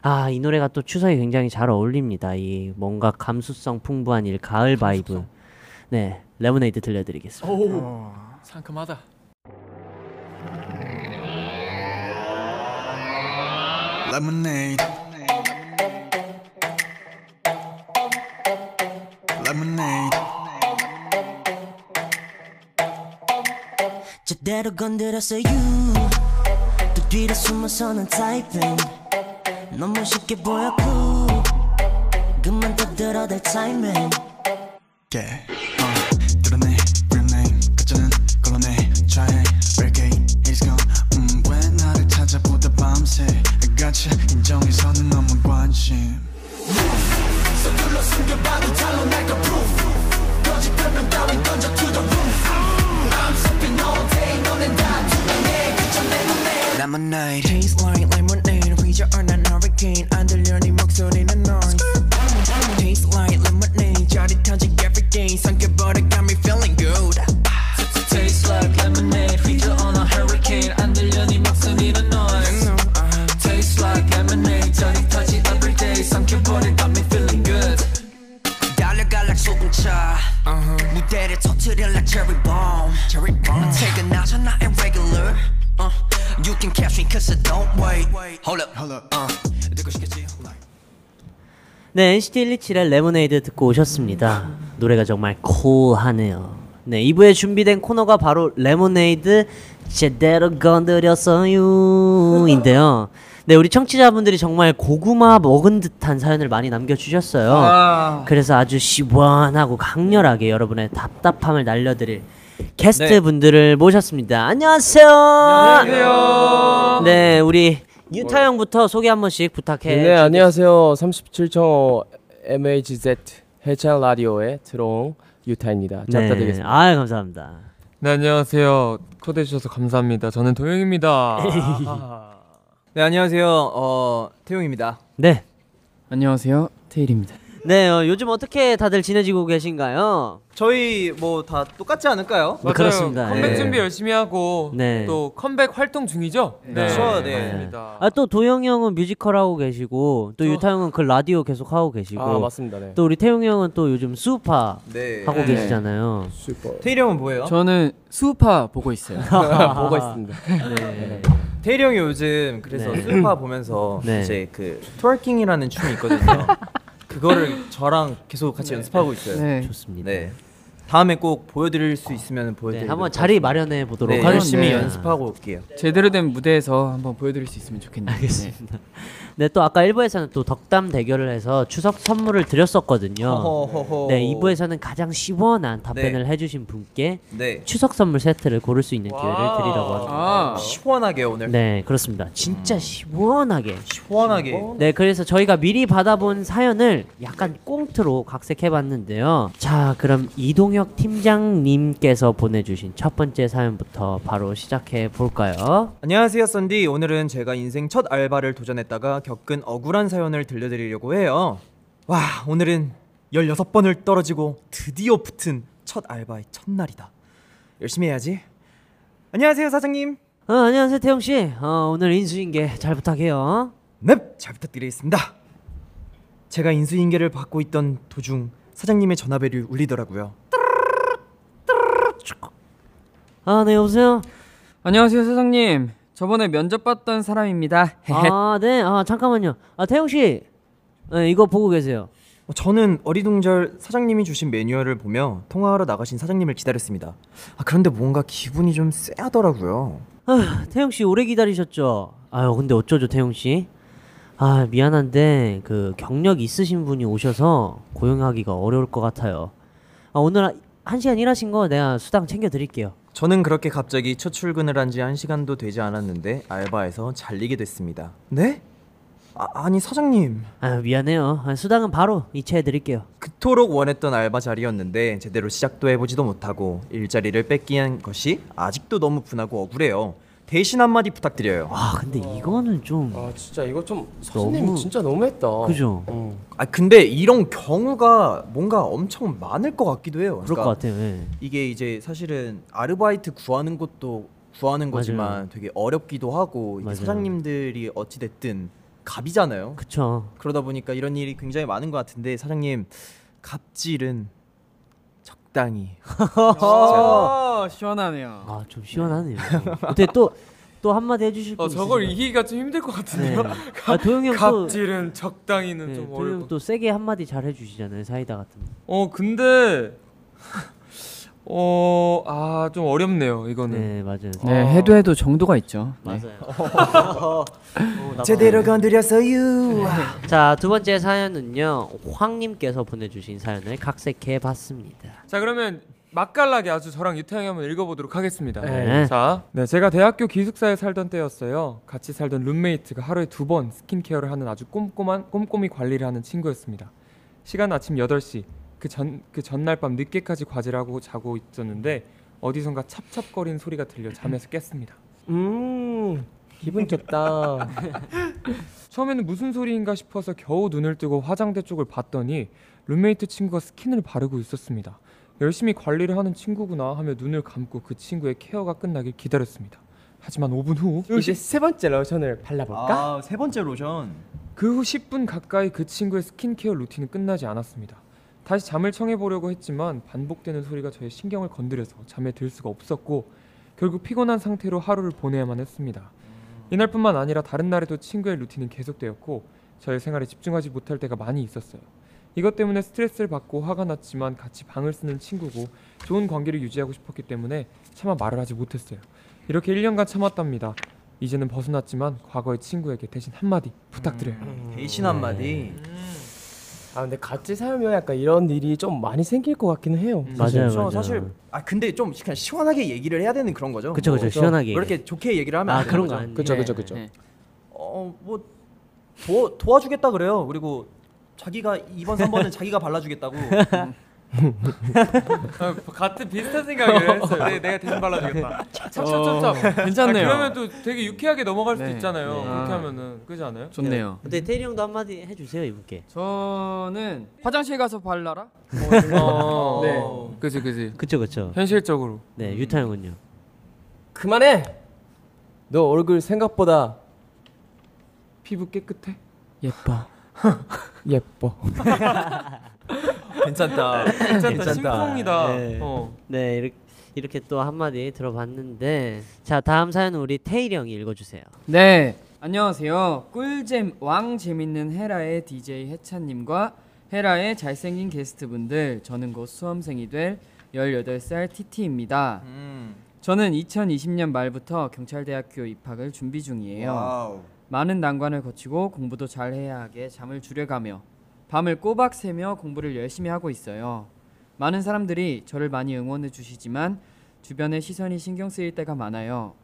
아, 이 노래가 또 추석에 굉장히 잘 어울립니다. 이 뭔가 감수성 풍부한 일 가을 바이브. 네, 레모네이드 들려드리겠습니다.
오.
어.
상큼하다.
Lemonade. Lemonade.
제대로 건드렸어 you 또 뒤로 숨어서는 타입은 너무 쉽게 보였고 그만 떠들어댈 타이밍
Yeah. Uh, 드러내 real name 가짜는 걸러내 좌해 break it it's gone 음왜 나를 찾아보다 밤새 가차 인정해서는 너무 관심 Lemonade
Taste like lemonade 위저 얼난 hurricane 안 들려 네 목소리는 noise Taste like lemonade 짜릿하지 everyday 삼켜버려 got me feeling good
Taste like lemonade 위저 on a hurricane 안 들려 네 목소리는 noise
No, uh-huh.
Taste like lemonade 짜릿하지 everyday 삼켜버려 got me feeling good
달려갈라 소금차 무대를 터뜨려 like cherry bomb Uh-huh. cherry bomb 퇴근하자 나의 regular uh. You can catch me cause I don't wait Hold up, hold up uh. 듣고 싶겠지? Like.
네, NCT 127의 레모네이드 듣고 오셨습니다. 노래가 정말 쿨하네요. 네, 2부에 준비된 코너가 바로 레모네이드 제대로 건드렸어요인데요. 네, 우리 청취자분들이 정말 고구마 먹은 듯한 사연을 많이 남겨주셨어요.
아.
그래서 아주 시원하고 강렬하게 여러분의 답답함을 날려드릴 게스트분들을 모셨습니다. 네. 안녕하세요. 안녕하세요. 네, 우리 유타 형부터 소개 한 번씩 부탁해.
네, 안녕하세요. 37층호 MHZ 해찬 라디오에 들어온 유타입니다. 잘 부탁드리겠습니다.
아 감사합니다.
네, 안녕하세요. 초대해 주셔서 감사합니다. 저는 도영입니다.
네 안녕하세요 어 태용입니다.
네,
안녕하세요. 테일입니다.
네 어, 요즘 어떻게 다들 지내지고 계신가요?
저희 뭐 다 똑같지 않을까요?
네, 그렇습니다.
컴백
네.
준비 열심히 하고
네.
또 컴백 활동 중이죠? 네.
그렇죠, 네.
맞습니다.
아 또 도영이 형은 뮤지컬 하고 계시고 또 유타 형은 그 라디오 계속 하고 계시고
아, 맞습니다. 네.
또 우리 태용이 형은 또 요즘 수우파
네.
하고 계시잖아요.
태일이 형은 뭐예요?
저는 수우파 보고 있어요. 보고 있습니다.
네.
태일이 형이 요즘 그래서
네.
슬파 보면서
네.
이제 그 트월킹이라는 춤이 있거든요. 그거를 저랑 계속 같이 연습하고 있어요.
네. 좋습니다. 네,
네.
다음에 꼭 보여드릴 수 있으면 보여드릴게요.
한번 자리 마련해 보도록
네,
하겠습니다. 네.
열심히 연습하고 올게요.
제대로 된 무대에서 한번 보여드릴 수 있으면 좋겠네요.
알겠습니다. 네, 또 아까 1부에서는 또 덕담 대결을 해서 추석 선물을 드렸었거든요.
허허허허.
네, 2부에서는 가장 시원한 답변을
네.
해주신 분께
네.
추석 선물 세트를 고를 수 있는 기회를
와우. 아.
드리려고 합니다.
시원하게 오늘.
네, 그렇습니다.
음.
진짜 시원하게.
시원하게.
네, 그래서 저희가 미리 받아본 사연을 약간 꽁트로 각색해봤는데요. 자, 그럼 이동혁 팀장님께서 보내주신 첫 번째 사연부터 바로 시작해 볼까요?
안녕하세요, 썬디. 오늘은 제가 인생 첫 알바를 도전했다가 겪은 억울한 사연을 들려드리려고 해요. 와, 오늘은 16번을 떨어지고 드디어 붙은 첫 알바의 첫날이다. 열심히 해야지. 안녕하세요, 사장님.
어, 안녕하세요, 태영 씨. 어, 오늘 인수인계 잘 부탁해요.
넵! 잘 부탁드리겠습니다. 제가 인수인계를 받고 있던 도중 사장님의 전화벨이 울리더라고요.
아, 네, 여보세요?
안녕하세요, 사장님. 저번에 면접 봤던 사람입니다.
아, 네. 아, 잠깐만요. 아, 태영 씨. 네, 이거 보고 계세요.
어, 저는 어리둥절 사장님이 주신 매뉴얼을 보며 통화하러 나가신 사장님을 기다렸습니다. 아, 그런데 뭔가 기분이 좀 쎄하더라고요.
아, 태영 씨 오래 기다리셨죠? 아유, 근데 어쩌죠, 태영 씨? 아, 미안한데 그 경력 있으신 분이 오셔서 고용하기가 어려울 것 같아요. 아, 오늘 아- 한 시간 일하신 거 내가 수당 챙겨 드릴게요.
저는 그렇게 갑자기 첫 출근을 한 지 한시간도 되지 않았는데 알바에서 잘리게 됐습니다. 네? 아, 아니 사장님.
아, 미안해요. 아, 수당은 바로 이체해 드릴게요.
그토록 원했던 알바 자리였는데 제대로 시작도 해보지도 못하고 일자리를 뺏기한 것이 아직도 너무 분하고 억울해요. 대신 한마디 부탁드려요.
아, 근데 이거는 좀
아 진짜 이거 좀 선생님 이 진짜 너무했다.
그죠?
어.
아 근데 이런 경우가 뭔가 엄청 많을 것 같기도 해요. 그러니까
그럴 것 같아요, 예.
이게 이제 사실은 아르바이트 구하는 것도 구하는 거지만
맞아요.
되게 어렵기도 하고 이게
맞아요.
사장님들이 어찌 됐든 갑이잖아요.
그쵸.
그러다 보니까 이런 일이 굉장히 많은 것 같은데 사장님 갑질은 적당히
아, 시원하네요.
아, 좀 시원하네요. 근데 또 또 한마디 해주실 분
어, 저걸
있으신가요?
이기기가 좀 힘들 것 같은데요.
네. 아, 도영이 형 또-
갑질은 적당히는
네,
좀
도영이
어려워.
형또 세게 한마디 잘 해주시잖아요, 사이다 같은. 거.
어 근데 어, 아, 좀 어렵네요, 이거는.
네, 맞아요.
네,
해도 해도 정도가 있죠.
맞아요.
어,
제대로 건드렸어요.
네. 자, 두 번째 사연은요. 황님께서 보내주신 사연을 각색해봤습니다.
자 그러면 맛깔나게 아주 저랑 유태양이 한번 읽어보도록 하겠습니다.
네.
자, 네 제가 대학교 기숙사에 살던 때였어요. 같이 살던 룸메이트가 하루에 두 번 스킨케어를 하는 아주 꼼꼼한 꼼꼼히 관리를 하는 친구였습니다. 시간 아침 8시 그 전 그 전날 밤 늦게까지 과제를 하고 자고 있었는데 어디선가 찹찹거리는 소리가 들려 잠에서 깼습니다.
음 기분 좋다.
처음에는 무슨 소리인가 싶어서 겨우 눈을 뜨고 화장대 쪽을 봤더니 룸메이트 친구가 스킨을 바르고 있었습니다. 열심히 관리를 하는 친구구나 하며 눈을 감고 그 친구의 케어가 끝나길 기다렸습니다. 하지만 5분 후
이제 세 번째 로션을 발라볼까?
아, 세 번째 로션.
그 후 10분 가까이 그 친구의 스킨케어 루틴은 끝나지 않았습니다. 다시 잠을 청해 보려고 했지만 반복되는 소리가 저의 신경을 건드려서 잠에 들 수가 없었고 결국 피곤한 상태로 하루를 보내야만 했습니다. 이날뿐만 아니라 다른 날에도 친구의 루틴은 계속되었고 저의 생활에 집중하지 못할 때가 많이 있었어요. 이것 때문에 스트레스를 받고 화가 났지만 같이 방을 쓰는 친구고 좋은 관계를 유지하고 싶었기 때문에 차마 말을 하지 못했어요. 이렇게 1년간 참았답니다. 이제는 벗어났지만 과거의 친구에게 대신 한마디 부탁드려요.
음.
대신 한마디.
네. 아 근데 같이 살면 약간 이런 일이 좀 많이 생길 것 같기는 해요.
음.
사실.
맞아요,
저
맞아요.
사실 아 근데 좀 그냥 시원하게 얘기를 해야 되는 그런 거죠. 뭐
그쵸, 그쵸, 시원하게.
그렇게 좋게 얘기를 하면
아,
안 되는
그런 거
거죠. 네.
아니에요.
그쵸 그쵸 그쵸.
어뭐 도와 도와주겠다 그래요. 그리고 자기가 2번 3번은 자기가 발라주겠다고.
네.
아, 음. 같은 비슷한 생각을 했어요. 네, 내, 내가 대신 발라주겠다. 찹찹찹찹.
괜찮네요.
아, 그러면 또 되게 유쾌하게 넘어갈 수도
네.
있잖아요.
네.
그렇게
아.
하면은 그렇지 않아요?
좋네요.
근데 태리 형도 한마디 해주세요, 이분께.
저는
화장실 가서 발라라?
어,
네.
그지 그지.
그쵸, 그쵸.
현실적으로.
네, 유타 형은요.
그만해. 너 얼굴 생각보다
피부 깨끗해?
예뻐. 예뻐.
괜찮다.
괜찮다. 신풍이다.
네.
어.
네, 이렇게, 이렇게 또 한마디 들어봤는데. 자, 다음 사연은 우리 태일이 형이 읽어주세요.
네. 안녕하세요. 꿀잼 왕 재밌는 헤라의 DJ 해찬님과 헤라의 잘생긴 게스트분들 저는 곧 수험생이 될 18살
음.
TT입니다. 저는 2020년 말부터 경찰대학교 입학을 준비 중이에요.
와우.
많은 난관을 거치고 공부도 잘 해야 하게 잠을 줄여가며 밤을 꼬박 새며 공부를 열심히 하고 있어요. 많은 사람들이 저를 많이 응원해 주시지만 주변의 시선이 신경 쓰일 때가 많아요.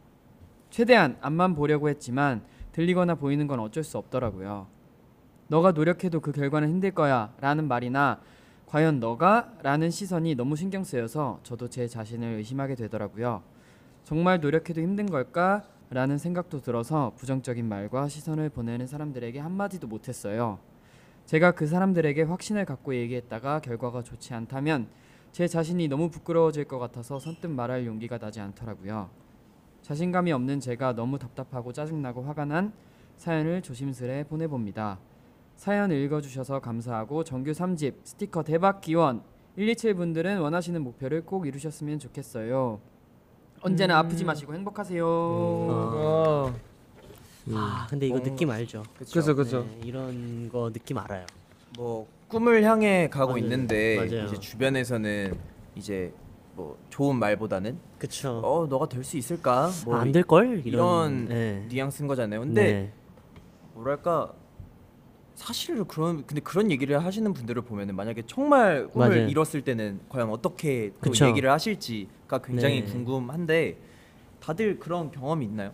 최대한 앞만 보려고 했지만 들리거나 보이는 건 어쩔 수 없더라고요. 너가 노력해도 그 결과는 힘들 거야 라는 말이나 과연 너가? 라는 시선이 너무 신경 쓰여서 저도 제 자신을 의심하게 되더라고요. 정말 노력해도 힘든 걸까? 라는 생각도 들어서 부정적인 말과 시선을 보내는 사람들에게 한마디도 못했어요. 제가 그 사람들에게 확신을 갖고 얘기했다가 결과가 좋지 않다면 제 자신이 너무 부끄러워질 것 같아서 선뜻 말할 용기가 나지 않더라고요. 자신감이 없는 제가 너무 답답하고 짜증나고 화가 난 사연을 조심스레 보내봅니다. 사연 읽어주셔서 감사하고 정규 3집 스티커 대박 기원 127 분들은 원하시는 목표를 꼭 이루셨으면 좋겠어요. 언제나 아프지 마시고 행복하세요.
음. 아 근데 이거
음.
뭔가-
느낌 알죠?
그쵸, 그쵸, 그쵸.
네, 이런 거 느낌 알아요.
뭐 꿈을 향해 가고
맞아요.
있는데
맞아요.
이제 주변에서는 이제 뭐 좋은 말보다는
그쵸.
어 너가 될 수 있을까? 뭐
아, 안 될걸?
이런,
이런, 네.
뉘앙스인 거잖아요. 근데
네.
뭐랄까 사실 그런 근데 그런 얘기를 하시는 분들을 보면은 만약에 정말 꿈을
맞아요.
이뤘을 때는 과연 어떻게 또
그쵸.
얘기를 하실지가 굉장히
네.
궁금한데 다들 그런 경험이 있나요?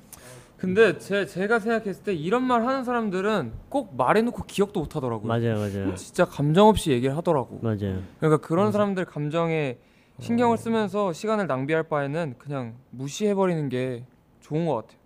근데 제 제가 생각했을 때 이런 말 하는 사람들은 꼭 말해놓고 기억도 못 하더라고요.
맞아요, 맞아요.
진짜 감정 없이 얘기를 하더라고.
네. 맞아요.
그러니까 그런 사람들 감정에
어.
신경을 쓰면서 시간을 낭비할 바에는 그냥 무시해버리는 게 좋은 것 같아요.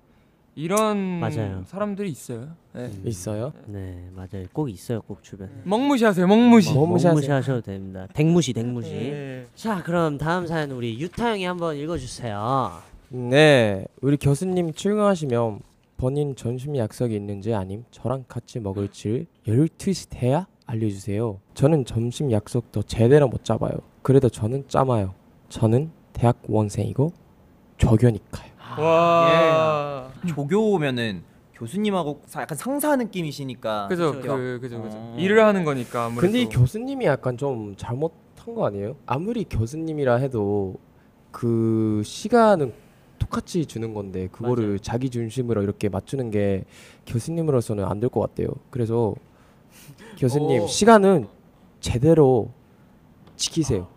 이런
맞아요.
사람들이 있어요. 네.
있어요?
음. 네 맞아요. 꼭 있어요, 꼭 주변.
먹무시하세요, 먹무시.
네. 먹무시 하셔도 됩니다. 댕무시, 댕무시.
네.
자 그럼 다음 사연 우리 유타 형이 한번 읽어주세요.
네, 우리 교수님 출근하시면 본인 점심 약속이 있는지 아님 저랑 같이 먹을 질 12시 돼야 알려주세요. 저는 점심 약속도 제대로 못 잡아요. 그래도 저는 짜마요. 저는 대학원생이고 조교니까요.
아.
와 예. 조교면은 교수님하고 사- 약간 상사 느낌이시니까 어.
그죠, 그- 그죠, 그죠. 일을 하는 거니까 아무래도.
근데 이 교수님이 약간 좀 잘못한 거 아니에요? 아무리 교수님이라 해도 그 시간은 똑같이 주는 건데 그거를 자기 중심으로 이렇게 맞추는 게 교수님으로서는 안 될 것 같아요. 그래서 교수님
오.
시간은 제대로 지키세요.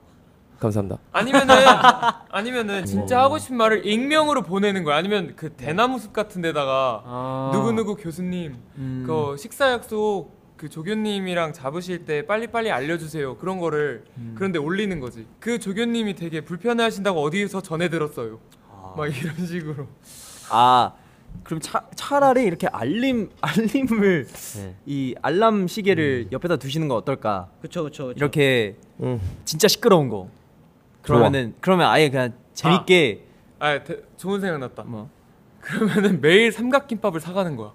감사합니다.
아니면은
뭐.
아니면은 진짜 하고 싶은 말을 익명으로 보내는 거야. 아니면 그 대나무숲 같은 데다가
아.
누구 누구 교수님
음.
그
음.
식사 약속 그 조교님이랑 잡으실 때 빨리빨리 알려주세요. 그런 거를
음.
그런데 올리는 거지. 그 조교님이 되게 불편해하신다고 어디에서 전해 들었어요. 막 이런 식으로.
아 그럼 차, 차라리 이렇게 알림 알림을 이 알람 시계를 옆에다 두시는 건 어떨까?
그쵸 그쵸. 그쵸.
이렇게 진짜 시끄러운 거 그러면은 그러면 아예 그냥 재밌게 뭐?
아 대- 좋은 생각 났다. 그러면은 매일 삼각김밥을 사가는 거야.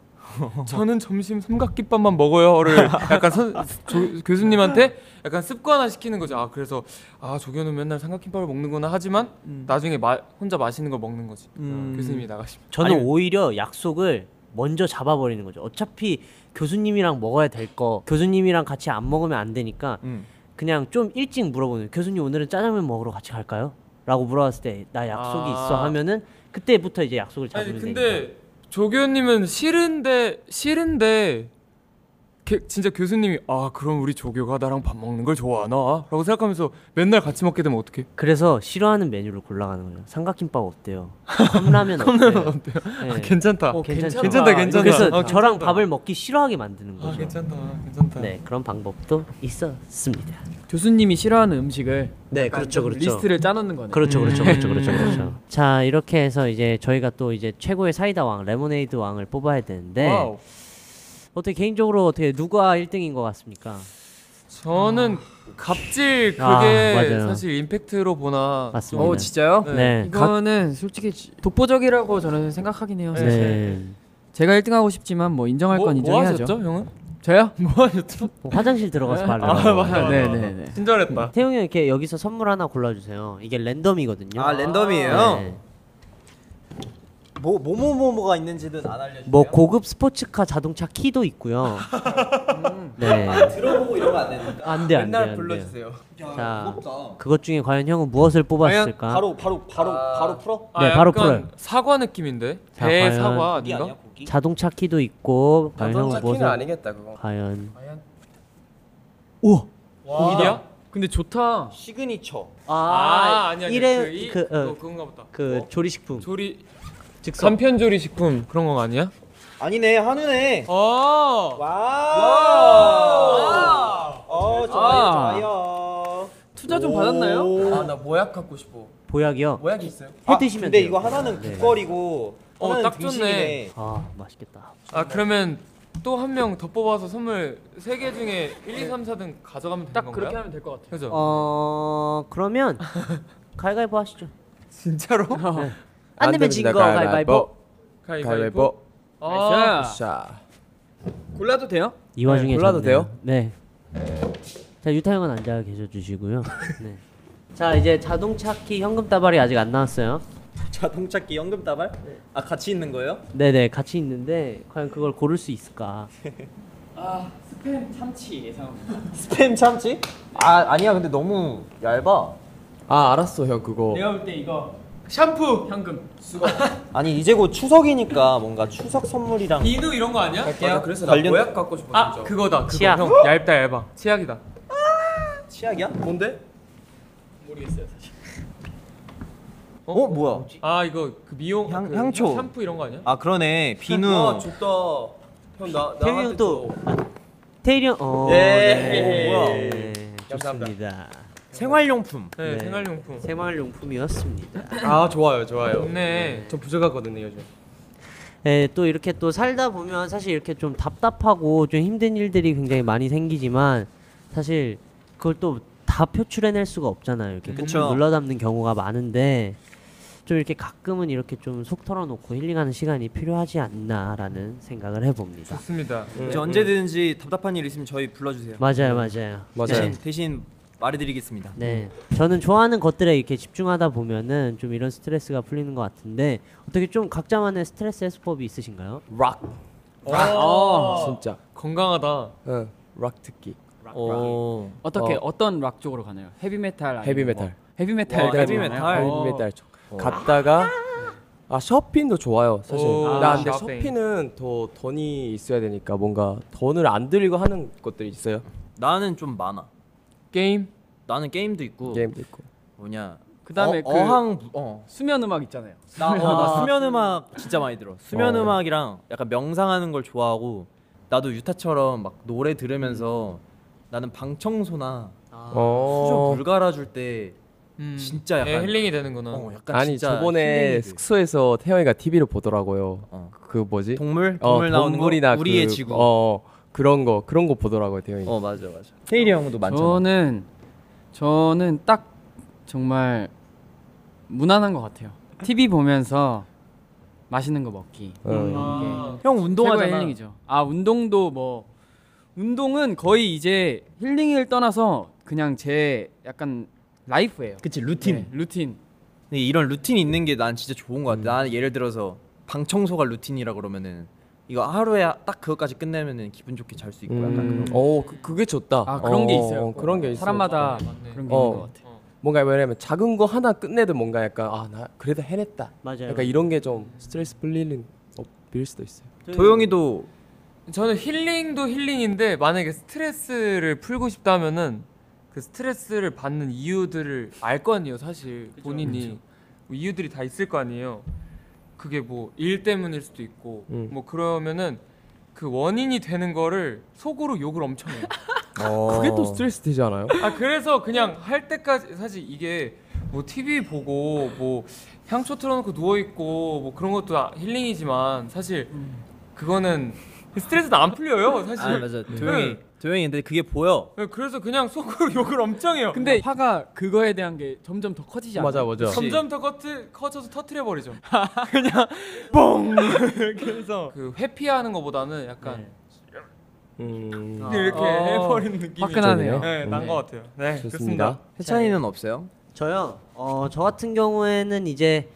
저는 점심 삼각김밥만 먹어요를 약간 선, 조- 교수님한테 약간 습관화 시키는 거죠. 아 그래서 아 조교는 맨날 삼각김밥을 먹는구나 하지만 나중에 마, 혼자 맛있는 걸 먹는 거지.
음.
교수님이 나가시면.
저는
아니,
오히려 약속을 먼저 잡아버리는 거죠. 어차피 교수님이랑 먹어야 될 거, 교수님이랑 같이 안 먹으면 안 되니까
음.
그냥 좀 일찍 물어보는. 거예요. 교수님 오늘은 짜장면 먹으러 같이 갈까요? 라고 물어봤을 때 나 약속이
아.
있어 하면은 그때부터 이제 약속을 잡으면
아니
되니까.
근데 조교님은 싫은데 싫은데 게- 진짜 교수님이 아 그럼 우리 조교가 나랑 밥 먹는 걸 좋아하나라고 생각하면서 맨날 같이 먹게 되면 어떡해?
그래서 싫어하는 메뉴를 골라가는 거예요. 삼각김밥 어때요? 컵라면 어때요? 네.
컵라면 어때요? 아, 괜찮다. 어,
괜찮다.
괜찮다, 괜찮다.
그래서 저랑
아, 괜찮다. 아,
밥을 먹기 싫어하게 만드는 거죠.
괜찮다. 괜찮다.
네, 그런 방법도 있었습니다.
교수님이 싫어하는 음식을
네,
약간
그렇죠,
좀
그렇죠.
리스트를 짜놓는 거네요.
그렇죠, 그렇죠,
음.
그렇죠, 그렇죠, 그렇죠. 자, 이렇게 해서 이제 저희가 또 이제 최고의 사이다 왕, 레모네이드 왕을 뽑아야 되는데
와우.
어떻게 개인적으로 어떻게 누가 1등인 것 같습니까?
저는 갑질 그게
아, 맞아요.
사실 임팩트로 보나
맞습니다.
좀-
어 진짜요?
네.
이거는 솔직히 지- 독보적이라고 저는 생각하긴 해요.
네.
사실. 제가 1등하고 싶지만 뭐 인정할
뭐-
건 인정해야죠.
뭐 하셨죠, 형은?
저요?
뭐 하셨죠?
화장실 들어가서 말을
아,
하고.
맞아, 맞아, 네, 맞아. 네, 네.
친절했다.
태용이 형 이렇게 여기서 선물 하나 골라주세요. 이게 랜덤이거든요.
아, 랜덤이에요?
네.
뭐 뭐 뭐 뭐가 있는지는 안 알려.
뭐 고급 스포츠카 자동차 키도 있고요. 네.
아, 들어보고 이러면 안 되는데.
안 돼, 안 돼.
맨날
안 돼요.
불러주세요. 야,
자,
무겁다.
그것 중에 과연 형은 무엇을 뽑았을까?
바로 바로
아.
바로 풀어?
네, 바로 풀어요.
아, 사과 느낌인데
자,
배
과연
사과 아닌가?
자동차 키도 있고 과연
자동차
형은
키는
무엇을
아니겠다, 그거.
과연
고기야?
근데 좋다. 시그니처.
아, 아니야, 아니야. 그
일회
이-
그, 어,
그거- 그건가 보다.
그 조리식품
조리
즉석
간편조리 식품 그런 거 아니야?
아니네 한우네.
어.
와. 어
아.
좋아요.
투자 좀 받았나요?
아나 뭐 모약 갖고 싶어.
보약이요.
모약이 있어요?
해 드시면
아, 근데
돼요.
이거 하나는
네.
국거리고 하나는
어딱 좋네.
등심이네.
아 맛있겠다.
아 그러면 또 한 명 더 뽑아서 선물 세 개 중에 1, 2, 3, 4등 가져가면 되는 건가요? 딱 그렇게
하면 될 것 같아요.
그죠?
어 그러면 가위바위보 하시죠.
진짜로?
네. 안 되면 진거 가위바위보.
가위바위보.
아.
자.
골라도 돼요?
이 와중에
네, 골라도
졌네요.
돼요?
네. 자 유타 형은 앉아 계셔 주시고요. 네. 자 이제 자동차 키 현금 따발이 아직 안 나왔어요.
자동차기 연금 다발? 아 같이 있는 거예요?
네네 같이 있는데 과연 그걸 고를 수 있을까?
아 스팸 참치 예상합니다.
스팸 참치? 아 아니야 근데 너무 얇아.
아 알았어 형 그거.
내가 볼 때 이거 샴푸 현금 수거.
아니 이제 곧 추석이니까 뭔가 추석 선물이랑
비누 이런 거 아니야?
맞아, 그래서 나 관련- 모약 갖고 싶어,
아
진짜.
그거다. 그거
치약.
형 얇다 얇아. 치약이다.
치약이야? 뭔데?
모르겠어요 사실.
어, 뭐야?
아 이거 그 미용 향, 그
향초.
샴푸 이런 거 아니야?
아 그러네 비누.
와,
좋다. 형나
태일이 형 또. 태일이 형. 어,
예.
네.
뭐야.
네. 좋습니다.
생활용품.
네, 생활용품.
생활용품이었습니다.
아 좋아요 좋아요.
네.
저 부족하거든요 요즘.
예, 또 이렇게 또 살다 보면 사실 이렇게 좀 답답하고 좀 힘든 일들이 굉장히 많이 생기지만 사실 그걸 또 다 표출해낼 수가 없잖아요. 이렇게 꾹
그쵸.
눌러담는 경우가 많은데 좀 이렇게 가끔은 이렇게 좀 속 털어놓고 힐링하는 시간이 필요하지 않나라는 생각을 해봅니다.
좋습니다.
네. 이제 언제든지 답답한 일 있으면 저희 불러주세요.
맞아요, 맞아요.
대신, 대신 말해드리겠습니다.
네, 저는 좋아하는 것들에 이렇게 집중하다 보면은 좀 이런 스트레스가 풀리는 것 같은데 어떻게 좀 각자만의 스트레스 해소법이 있으신가요?
락.
아,
진짜.
건강하다.
응. 네, 락 듣기.
오.
어떻게
어.
어. 떤락 쪽으로 가나요? 헤비메탈 아니면
헤비메탈.
뭐? 헤비메탈
와,
쪽으로
헤비메탈.
가나요? 어.
헤비메탈 쪽. 갔다가 아 쇼핑도 좋아요 사실.
오,
나 근데
쇼핑.
쇼핑은 더 돈이 있어야 되니까 뭔가 돈을 안 들이고 하는 것들이 있어요.
나는 좀 많아.
게임?
나는 게임도 있고.
게임도 있고.
뭐냐.
그다음에
어,
그
어항 부- 어.
수면 음악 있잖아요.
나, 어, 나 수면 음악 진짜 많이 들어. 수면
어.
음악이랑 약간 명상하는 걸 좋아하고 나도 유타처럼 막 노래 들으면서 나는 방 청소나 수저
어.
물 갈아줄 때
음.
진짜 약간
예, 힐링이 되는구나.
어, 약간
아니
진짜 그
저번에
힐링이 돼.
숙소에서 태영이가 TV를 보더라고요. 그 뭐지?
어. 동물?
어,
동물 나오는 거?
동물이나
우리의
그,
지구.
어, 어 그런 거 그런 거 보더라고요 태영이.
어 맞아 맞아. 테일이 형도 많잖아.
저는 저는 딱 정말 무난한 것 같아요. TV 보면서 맛있는 거 먹기. 이런
아.
게
어, 예. 형
최고의
운동하잖아.
힐링이죠. 아 운동도 뭐 운동은 거의 이제 힐링을 떠나서 그냥 제 약간 라이프예요.
그치 루틴.
네, 루틴.
근데 이런 루틴 있는 게 난 진짜 좋은
음.
것 같아. 나는 예를 들어서 방 청소가 루틴이라 그러면은 이거 하루에 딱 그것까지 끝내면은 기분 좋게 잘 수 있고 약간 그런. 거.
어 그, 그게 좋다.
아 그런 게
어,
있어요.
어, 그런 게 있어.
사람마다 그런 게 있는 것
어
같아.
뭔가 왜냐면 작은 거 하나 끝내도 뭔가 약간 아 나 그래도 해냈다.
맞아요.
약간 이런 게 좀 스트레스 풀리는 어, 빌 수도 있어요.
도영이도
저는 힐링도 힐링인데 만약에 스트레스를 풀고 싶다면은 그 스트레스를 받는 이유들을 알 거 아니에요 사실 본인이 뭐 이유들이 다 있을 거 아니에요 그게 뭐 일 때문일 수도 있고
음.
뭐 그러면은 그 원인이 되는 거를 속으로 욕을 엄청 해요
그게
어.
또 스트레스 되지 않아요?
아 그래서 그냥 할 때까지 사실 이게 뭐 TV 보고 뭐 향초 틀어놓고 누워 있고 뭐 그런 것도 아- 힐링이지만 사실 그거는 스트레스는 안 풀려요 사실.
아 맞아. 도영이
네.
음.
도영이 근데 그게 보여.
네, 그래서 그냥 속으로 욕을 엄청 해요.
근데 화가 그거에 대한 게 점점 더 커지지 않아요?
맞아, 맞아.
점점 더 커트, 커져서 터트려 버리죠. 그냥 뽕. 그래서 그 회피하는 것보다는 약간
음.
네, 이렇게
아.
어.
해버리는 느낌이
화끈하네요.
네, 난
음.
것 같아요. 네,
좋습니다.
그렇습니다.
혜찬이는 없어요?
저요. 어, 저 같은 경우에는 이제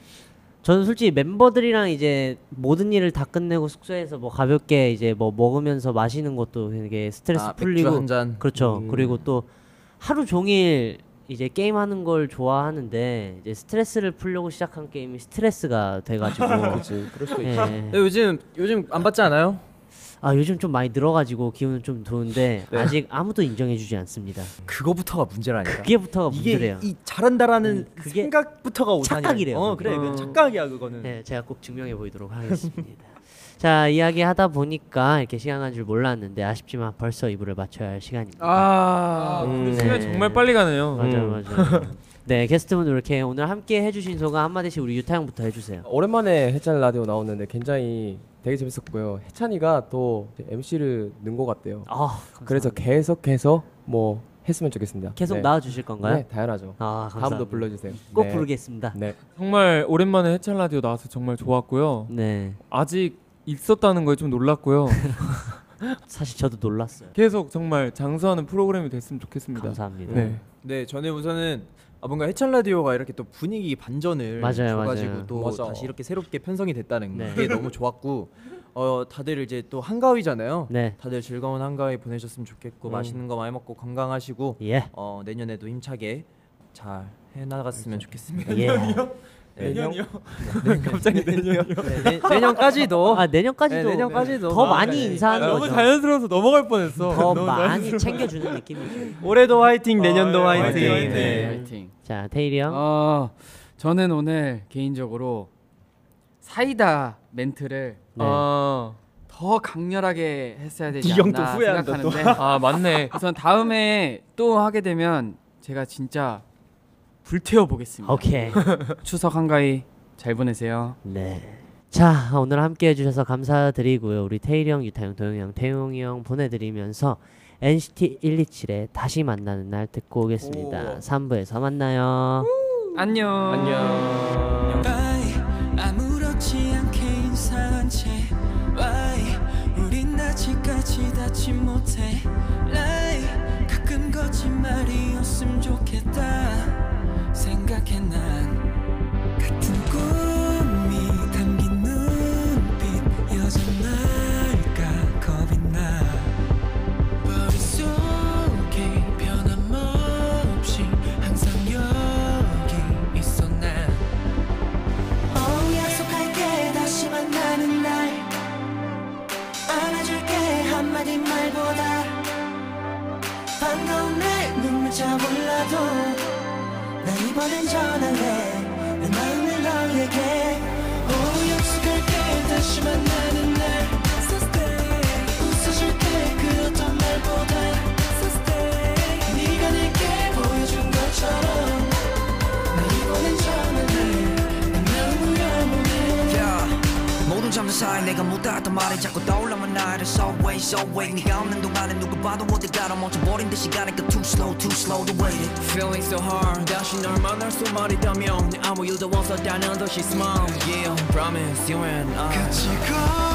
저는 솔직히 멤버들이랑 이제 모든 일을 다 끝내고 숙소에서 뭐 가볍게 이제 뭐 먹으면서 마시는 것도 되게 스트레스
아, 맥주
풀리고
한 잔.
그렇죠.
음.
그리고 또 하루 종일 이제 게임 하는 걸 좋아하는데 이제 스트레스를 풀려고 시작한 게임이 스트레스가 돼가지고
그치, 그럴 수도
예.
있지. 근데 네, 요즘 요즘 안 받지 않아요?
아 요즘 좀 많이 늘어가지고 기분은 좀 좋은데
네.
아직 아무도 인정해주지 않습니다.
그거부터가 문제라니까.
그게부터가
이게
문제래요. 음,
이 잘한다라는 생각부터가 오산이라니까.
착각이래요.
어, 그래.
그건.
그건 착각이야, 그거는.
네, 제가 꼭 증명해 보이도록 하겠습니다. 자 이야기 하다 보니까 이렇게 시간 간 줄 몰랐는데 아쉽지만 벌써 이불을 맞춰야 할 시간입니다.
아,
음.
우리 시간이 정말 빨리 가네요.
맞아요,
음.
맞아요. 네, 게스트분들 이렇게 오늘 함께 해주신 소감 한마디씩 우리 유타 형부터 해주세요.
오랜만에 해찬 라디오 나왔는데 굉장히 되게 재밌었고요. 해찬이가 또 MC를 넣은 것 같대요.
아,
그래서 계속해서 뭐 했으면 좋겠습니다.
계속
네.
나와주실 건가요?
네, 당연하죠.
아,
다음도
감사합니다.
불러주세요.
꼭
네.
부르겠습니다.
네.
정말 오랜만에 해찬 라디오 나와서 정말 좋았고요.
네.
아직 있었다는 거에 좀 놀랐고요.
사실 저도 놀랐어요.
계속 정말 장수하는 프로그램이 됐으면 좋겠습니다.
감사합니다.
네.
네, 저는 우선은 아, 뭔가 해찬 라디오가 이렇게 또 분위기 반전을
맞아요,
줘가지고
맞아요.
또
맞아.
다시 이렇게 새롭게 편성이 됐다는
네.
게 너무 좋았고 어 다들 이제 또 한가위잖아요.
네.
다들 즐거운 한가위 보내셨으면 좋겠고
음.
맛있는 거 많이 먹고 건강하시고
예.
어 내년에도 힘차게 잘 해나갔으면 좋겠습니다.
예.
네.
내년이요?
네,
갑자기 내년이요?
네, 내, 년까지도
아, 내년까지도.
네, 내년까지도
더 많이 인사하는
너무
거죠.
자연스러워서 넘어갈 뻔했어.
더
너무
많이
자연스러워.
챙겨주는 느낌이죠.
올해도 화이팅, 내년도
아, 예,
화이팅.
화이팅,
네.
화이팅.
자, 테일이 형.
어, 저는 오늘 개인적으로 사이다 멘트를
네.
아.
어, 더 강렬하게 했어야 되지
이형 또
않나
후회한다, 또.
생각하는데
아, 맞네.
우선 다음에 또 하게 되면 제가 진짜 불태워 보겠습니다.
오케이.
추석 한가위 잘 보내세요.
네. 자 오늘 함께 해주셔서 감사드리고요 우리 태일이 형, 유타 형, 도영이 형, 태용이 형 보내드리면서 NCT 127의 다시 만나는 날 듣고 오겠습니다 3부에서 만나요
안녕.
안녕.
아무렇지 않게 인사한 채 Why 우린 아직까지 닿지 못해 Lie 가끔 거짓말이었음 좋겠다 생각해 난 같은 꿈이 담긴 눈빛 여전할까 겁이 나 머릿속에 변함없이 항상 여기 있어 난 Oh, 약속할게 다시 만나는 날 안아줄게 한마디 말보다 반가운 내 눈물 차올라도 나 이번엔 전할래 내 마음을 너에게 Oh, 약속할게 다시 만나는 날 웃어줄게 그 어떤 날보다 네가 내게 보여준 것처럼 나 이번엔 전할래
Yeah. 모른 잠든 사이 내가 못하던 말이 자꾸 떠올라만 나를 so wait so wait 네가 없는 동안에 누가 봐도 어디가 멈춰버린 듯이 가니까 too slow too slow to wait it
Feeling so hard 다시 널 만날 수만 있다면 아무 일도 없었다는 듯이 smile Yeah promise you and I
같이 걸